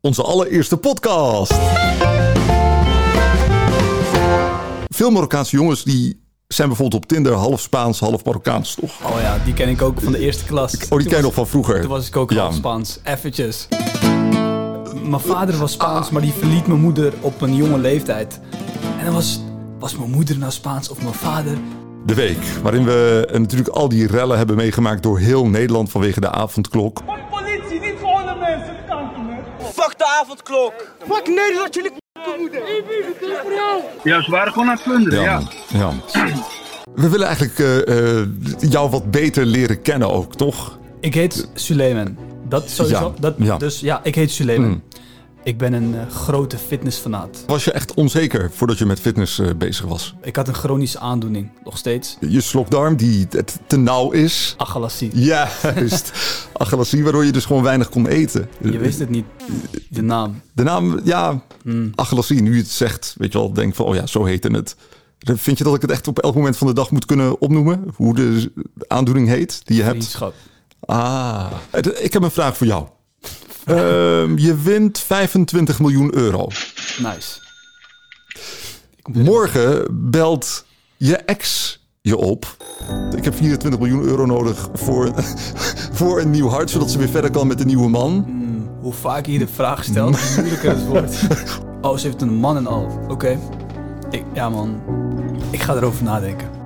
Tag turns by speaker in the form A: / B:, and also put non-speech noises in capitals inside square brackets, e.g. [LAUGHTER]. A: Onze allereerste podcast. Veel Marokkaanse jongens die zijn bijvoorbeeld op Tinder half Spaans, half Marokkaans, toch?
B: Oh ja, die ken ik ook van de eerste klas.
A: Oh, die
B: Toen
A: ken je
B: was-
A: nog van vroeger.
B: Toen was ik ook
A: Ja.
B: half Spaans. Eventjes. Mijn vader was Spaans, maar die verliet mijn moeder op een jonge leeftijd. En dan was, was mijn moeder nou Spaans of mijn vader?
A: De week waarin we eh, natuurlijk al die rellen hebben meegemaakt door heel Nederland vanwege de avondklok.
C: Maar de politie, niet voor andere mensen, dat kan toch niet?
D: Fuck de avondklok! Fuck Nederland, jullie
E: Ja, ze waren gewoon aan het plunderen, ja.
A: man. ja. We willen eigenlijk eh, eh, jou wat beter leren kennen ook, toch?
B: Ik heet Suleiman. Dat is sowieso.
A: Ja,
B: Dat,
A: ja. Mm.
B: Dus ja, ik heet Suleiman. Ik ben een eh, grote fitnessfanaat.
A: Was je echt onzeker voordat je met fitness eh, bezig was?
B: Ik had een chronische aandoening, nog steeds.
A: Je slokdarm die te- te nauw is.
B: Achalassie.
A: Juist. Achalasie, waardoor je dus gewoon weinig kon eten.
B: Je wist het Hmm. niet. De naam.
A: De naam, ja, Achalasie, nu je het zegt, weet je wel, denk van, oh ja, zo heette het. Vind je dat ik het echt op elk moment van de dag moet kunnen opnoemen? Hoe de aandoening heet die je hebt?
B: Vriendschap.
A: Ah. Het- Ik heb een vraag voor jou. [LAUGHS] Ehm, je wint 25 miljoen euro.
B: Nice.
A: Morgen belt je ex je op. Ik heb 24 miljoen euro nodig voor, [LAUGHS] voor een nieuw hart, zodat ze weer verder kan met een nieuwe man.
B: Hoe vaker je de vraag stelt, hoe moeilijker het wordt. Oh, ze heeft een man en al. Oké. Ik- Ja, man. Ik ga erover nadenken.